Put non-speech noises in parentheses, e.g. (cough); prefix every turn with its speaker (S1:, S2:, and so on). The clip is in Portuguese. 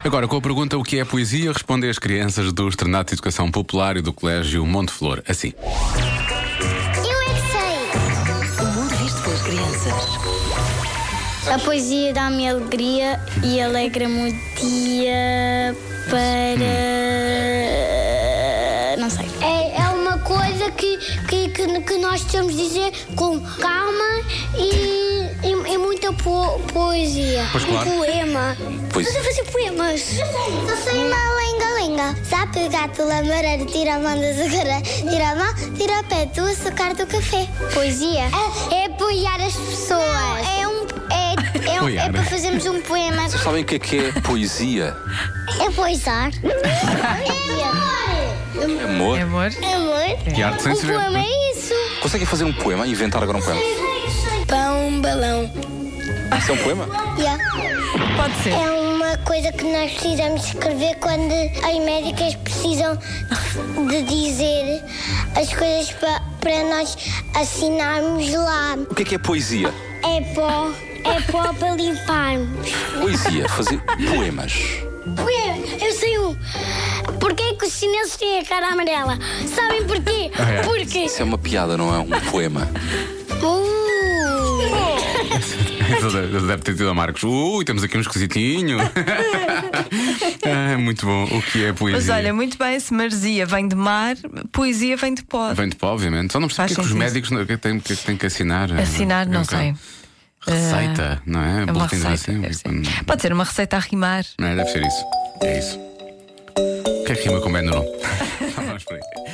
S1: Agora, com a pergunta o que é poesia, respondem as crianças do Externato de Educação Popular e do Colégio Monte Flor, assim. (laughs)
S2: Eu é que sei!
S3: O mundo visto pelas crianças.
S2: A poesia dá-me alegria e alegra-me o dia para. Não sei. É, é uma coisa que, que, que, que nós temos de dizer com calma e, e, e muita po- poesia.
S1: Pois claro.
S2: Um poema.
S1: Pois.
S2: Estás a fazer poemas. Eu sei uma lenga-lenga. Sabe o gato lamareiro tira a mão da zacara, tira a mão, tira o pé do açúcar do café. Poesia? É, apoiar as pessoas.
S1: é
S2: é um. É,
S1: um- é Apoiar. para
S2: fazermos um poema.
S4: Sabem o que é que é poesia?
S2: (laughs) É poesar. É amor.
S4: Amor?
S3: Amor?
S2: É Amor.
S1: Que arte sem né?
S2: o
S1: se ver.
S2: poema é isso.
S4: Conseguem fazer um poema? Inventar agora um poema?
S2: Pão, balão.
S4: Isso é um poema?
S3: Pode ser.
S2: É uma coisa que nós precisamos escrever quando as médicas precisam de dizer as coisas pa- para nós assinarmos lá.
S4: O que é que é poesia?
S2: É pó, é pó para limparmos.
S4: Poesia, é fazer poemas.
S2: Ué, eu sei um. Porquê que os chineses têm a cara amarela? Sabem porquê?
S1: é.
S2: Porque.
S4: Isso é uma piada, não é um poema.
S2: Uh.
S1: Isso Deve deve ter tido a Marcos. Ui, temos aqui um
S5: (laughs)
S1: esquisitinho. Ah, muito bom. O que é poesia?
S5: Mas olha, muito bem, se marzia vem de mar, poesia vem de pó.
S1: Vem de pó, obviamente. Só não percebo
S5: Faz
S1: porque é que os
S5: sentido.
S1: médicos não- que têm que, têm que assinar. eh,
S5: Assinar, não
S1: um
S5: sei.
S1: bocado. Receita, não é?
S5: É uma
S1: Boletim de
S5: receita.
S1: vacina,
S5: deve ser.
S1: quando-
S5: Pode ser uma receita a rimar.
S1: Não é? Deve ser isso. É isso. O que é que rima com Benderon? (laughs) Vamos por aí.